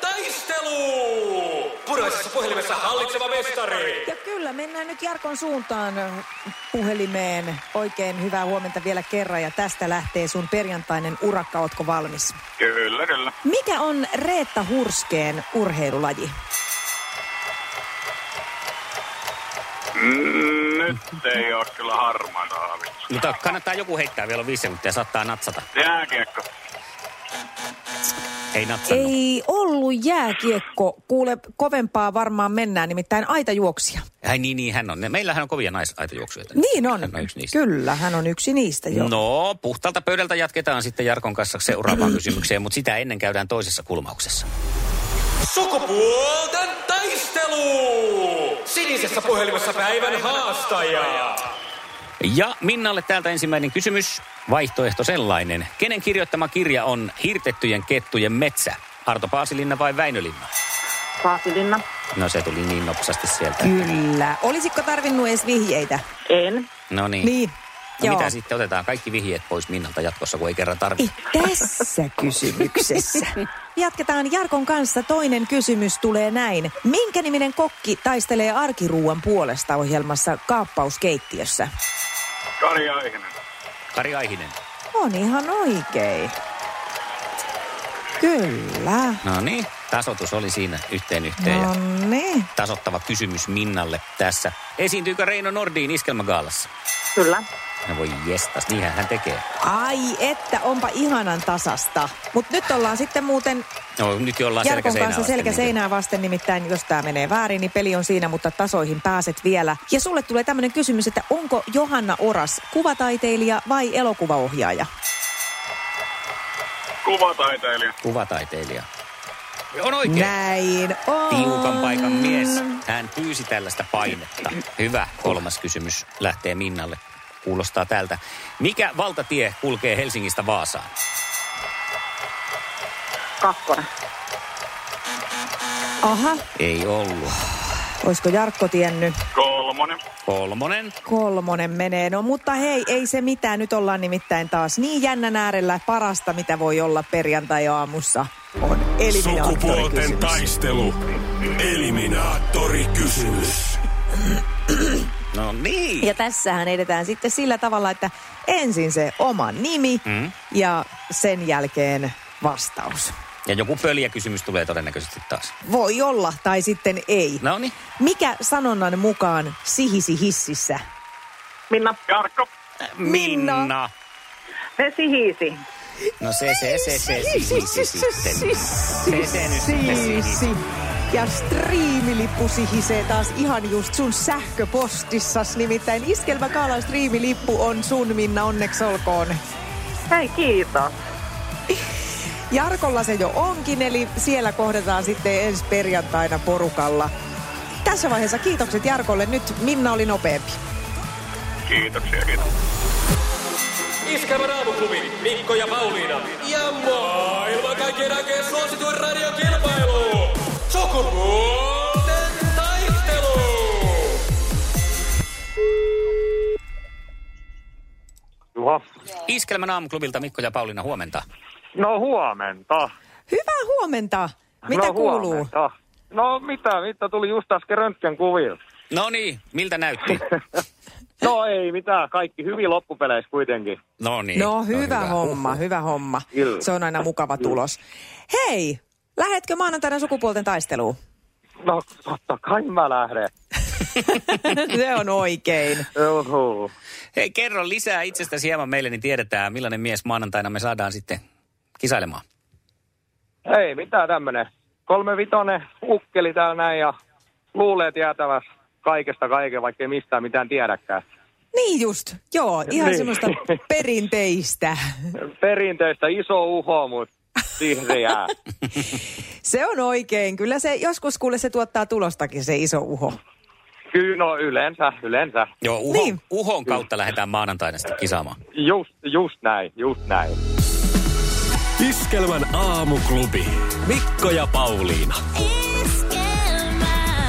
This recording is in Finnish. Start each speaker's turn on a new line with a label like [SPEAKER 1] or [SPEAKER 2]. [SPEAKER 1] taistelu! Puraisessa puhelimessa hallitseva mestari!
[SPEAKER 2] Ja kyllä, mennään nyt Jarkon suuntaan puhelimeen. Oikein hyvää huomenta vielä kerran ja tästä lähtee sun perjantainen urakka, ootko valmis?
[SPEAKER 3] Kyllä, kyllä.
[SPEAKER 2] Mikä on Reetta Hurskeen urheilulaji?
[SPEAKER 3] Mm, nyt ei ole kyllä harmaata haavitsu.
[SPEAKER 4] Mutta kannattaa joku heittää vielä viisi minuuttia, saattaa natsata.
[SPEAKER 3] Jääkiekko.
[SPEAKER 4] Ei natsannut.
[SPEAKER 2] Ei ollut jääkiekko. Kuule, kovempaa varmaan mennään, nimittäin aitajuoksia.
[SPEAKER 4] Ai niin, niin hän on. Meillähän on kovia naisaitojuoksuja.
[SPEAKER 2] Niin on.
[SPEAKER 4] Hän on yksi niistä.
[SPEAKER 2] Kyllä, hän on yksi niistä jo.
[SPEAKER 4] No, puhtaalta pöydältä jatketaan sitten Jarkon kanssa seuraavaan kysymykseen, mutta sitä ennen käydään toisessa kulmauksessa.
[SPEAKER 1] Sukupuolten taistelu! Sinisessä puhelimessa päivän haastaja!
[SPEAKER 4] Ja Minnalle täältä ensimmäinen kysymys. Vaihtoehto sellainen. Kenen kirjoittama kirja on Hirtettyjen kettujen metsä? Arto Paasilinna vai Väinölinna?
[SPEAKER 5] Paasilinna.
[SPEAKER 4] No se tuli niin nopsasti sieltä.
[SPEAKER 2] Kyllä. Olisitko tarvinnut edes vihjeitä?
[SPEAKER 5] En.
[SPEAKER 4] No niin.
[SPEAKER 2] Niin.
[SPEAKER 4] No
[SPEAKER 2] Joo.
[SPEAKER 4] mitä sitten otetaan kaikki vihjeet pois Minnalta jatkossa, kun ei kerran
[SPEAKER 2] Ei,
[SPEAKER 4] tarvitse.
[SPEAKER 2] Tässä kysymyksessä. Jatketaan Jarkon kanssa. Toinen kysymys tulee näin. Minkä niminen kokki taistelee arkiruuan puolesta ohjelmassa kaappauskeittiössä?
[SPEAKER 3] Kari Aihinen.
[SPEAKER 4] Kari Aihinen.
[SPEAKER 2] On ihan oikein. Kyllä.
[SPEAKER 4] No niin, tasotus oli siinä yhteen yhteen.
[SPEAKER 2] No
[SPEAKER 4] Ja
[SPEAKER 2] niin.
[SPEAKER 4] tasottava kysymys Minnalle tässä. Esiintyykö Reino Nordin iskelmägaalassa?
[SPEAKER 5] Kyllä.
[SPEAKER 4] No voi jestas, niinhän hän tekee.
[SPEAKER 2] Ai että, onpa ihanan tasasta. Mutta nyt ollaan sitten muuten
[SPEAKER 4] No nyt jollain
[SPEAKER 2] Jarkon
[SPEAKER 4] selkäseinää
[SPEAKER 2] kanssa
[SPEAKER 4] vasten,
[SPEAKER 2] Ah, selkä
[SPEAKER 4] niin kuin-
[SPEAKER 2] seinää vasten, nimittäin jos tämä menee väärin, niin peli on siinä, mutta tasoihin pääset vielä. Ja sulle tulee tämmöinen kysymys, että onko Johanna Oras kuvataiteilija vai elokuvaohjaaja?
[SPEAKER 3] Kuvataiteilija.
[SPEAKER 4] Kuvataiteilija. On oikein.
[SPEAKER 2] Näin on.
[SPEAKER 4] Tiukan paikan
[SPEAKER 2] Mm.
[SPEAKER 4] mies. Hän pyysi tällaista painetta. Hyvä. Kolmas kysymys lähtee Minnalle. Kuulostaa tältä. Mikä valtatie kulkee Helsingistä Vaasaan?
[SPEAKER 5] Kakkonen.
[SPEAKER 2] Aha,
[SPEAKER 4] Ei ollut.
[SPEAKER 2] olisiko Jarkko tiennyt?
[SPEAKER 3] Kolmonen.
[SPEAKER 4] Kolmonen.
[SPEAKER 2] Kolmonen menee. No mutta hei, ei se mitään. Nyt ollaan nimittäin taas niin jännän äärellä parasta, mitä voi olla perjantai-aamussa. On
[SPEAKER 6] Sukupuolten
[SPEAKER 2] eliminaattorikysymys.
[SPEAKER 6] taistelu. Eliminaattori kysymys.
[SPEAKER 4] No niin.
[SPEAKER 2] Ja tässähän edetään sitten sillä tavalla, että ensin se oma nimi mm. ja sen jälkeen vastaus.
[SPEAKER 4] Ja joku pöljäkysymys tulee todennäköisesti taas.
[SPEAKER 2] Voi olla tai sitten ei.
[SPEAKER 4] No niin.
[SPEAKER 2] Mikä sanonnan mukaan sihisi hississä?
[SPEAKER 5] Minna.
[SPEAKER 3] Jarkko.
[SPEAKER 2] Minna.
[SPEAKER 5] Vesi hiisi.
[SPEAKER 4] No se, se, se, se, se, se, se, Se, se nyt sitten
[SPEAKER 2] Sihisi. Ja striimilippu sihisee taas ihan just sun sähköpostissas. Nimittäin Iskelmä Kaalan striimilippu on sun, Minna, onneksi olkoon.
[SPEAKER 5] Hei, kiitos.
[SPEAKER 2] Jarkolla se jo onkin, eli siellä kohdataan sitten ensi perjantaina porukalla. Tässä vaiheessa kiitokset Jarkolle. Nyt Minna oli nopeampi.
[SPEAKER 3] Kiitoksia, kiitos.
[SPEAKER 1] Iskelmän aamuklubi, Mikko ja Pauliina. Ja maailman kaikkien aikeen suosituin radiokilpailu. Sukupuolten taistelu!
[SPEAKER 7] Juha.
[SPEAKER 4] Iskelmän aamuklubilta Mikko ja Pauliina, huomenta.
[SPEAKER 7] No huomenta.
[SPEAKER 2] Hyvää huomenta. Mitä
[SPEAKER 7] no,
[SPEAKER 2] kuuluu?
[SPEAKER 7] Huomenta. No mitä, mitä tuli just äsken röntgen kuvilla.
[SPEAKER 4] No niin, miltä näytti?
[SPEAKER 7] No ei mitään, kaikki hyvin loppupeleissä kuitenkin.
[SPEAKER 4] No niin.
[SPEAKER 2] No hyvä homma, hyvä homma.
[SPEAKER 7] Kyllä.
[SPEAKER 2] Se on aina mukava tulos. Hei, lähetkö maanantaina sukupuolten taisteluun?
[SPEAKER 7] No totta kai mä lähden.
[SPEAKER 2] Se on oikein.
[SPEAKER 7] Juhu.
[SPEAKER 4] Hei, kerro lisää itsestäsi hieman meille, niin tiedetään, millainen mies maanantaina me saadaan sitten kisailemaan.
[SPEAKER 7] Ei mitään tämmönen. Kolme vitonen ukkeli täällä näin ja luulee tietäväs kaikesta kaiken, vaikka ei mistään mitään tiedäkään.
[SPEAKER 2] Niin just, joo, ihan
[SPEAKER 7] Niin.
[SPEAKER 2] semmoista perinteistä.
[SPEAKER 7] Perinteistä iso uho, mutta siihen se jää.
[SPEAKER 2] Se on oikein. Kyllä se joskus kuule se tuottaa tulostakin se iso uho.
[SPEAKER 7] Kyllä, no yleensä, yleensä.
[SPEAKER 4] Joo, uho, niin.
[SPEAKER 2] Niin.
[SPEAKER 4] uhon kautta lähdetään maanantaina sitten kisaamaan.
[SPEAKER 7] Just, just näin, just näin.
[SPEAKER 8] Iskelmän aamuklubi. Mikko ja Pauliina.
[SPEAKER 9] Iskelmää.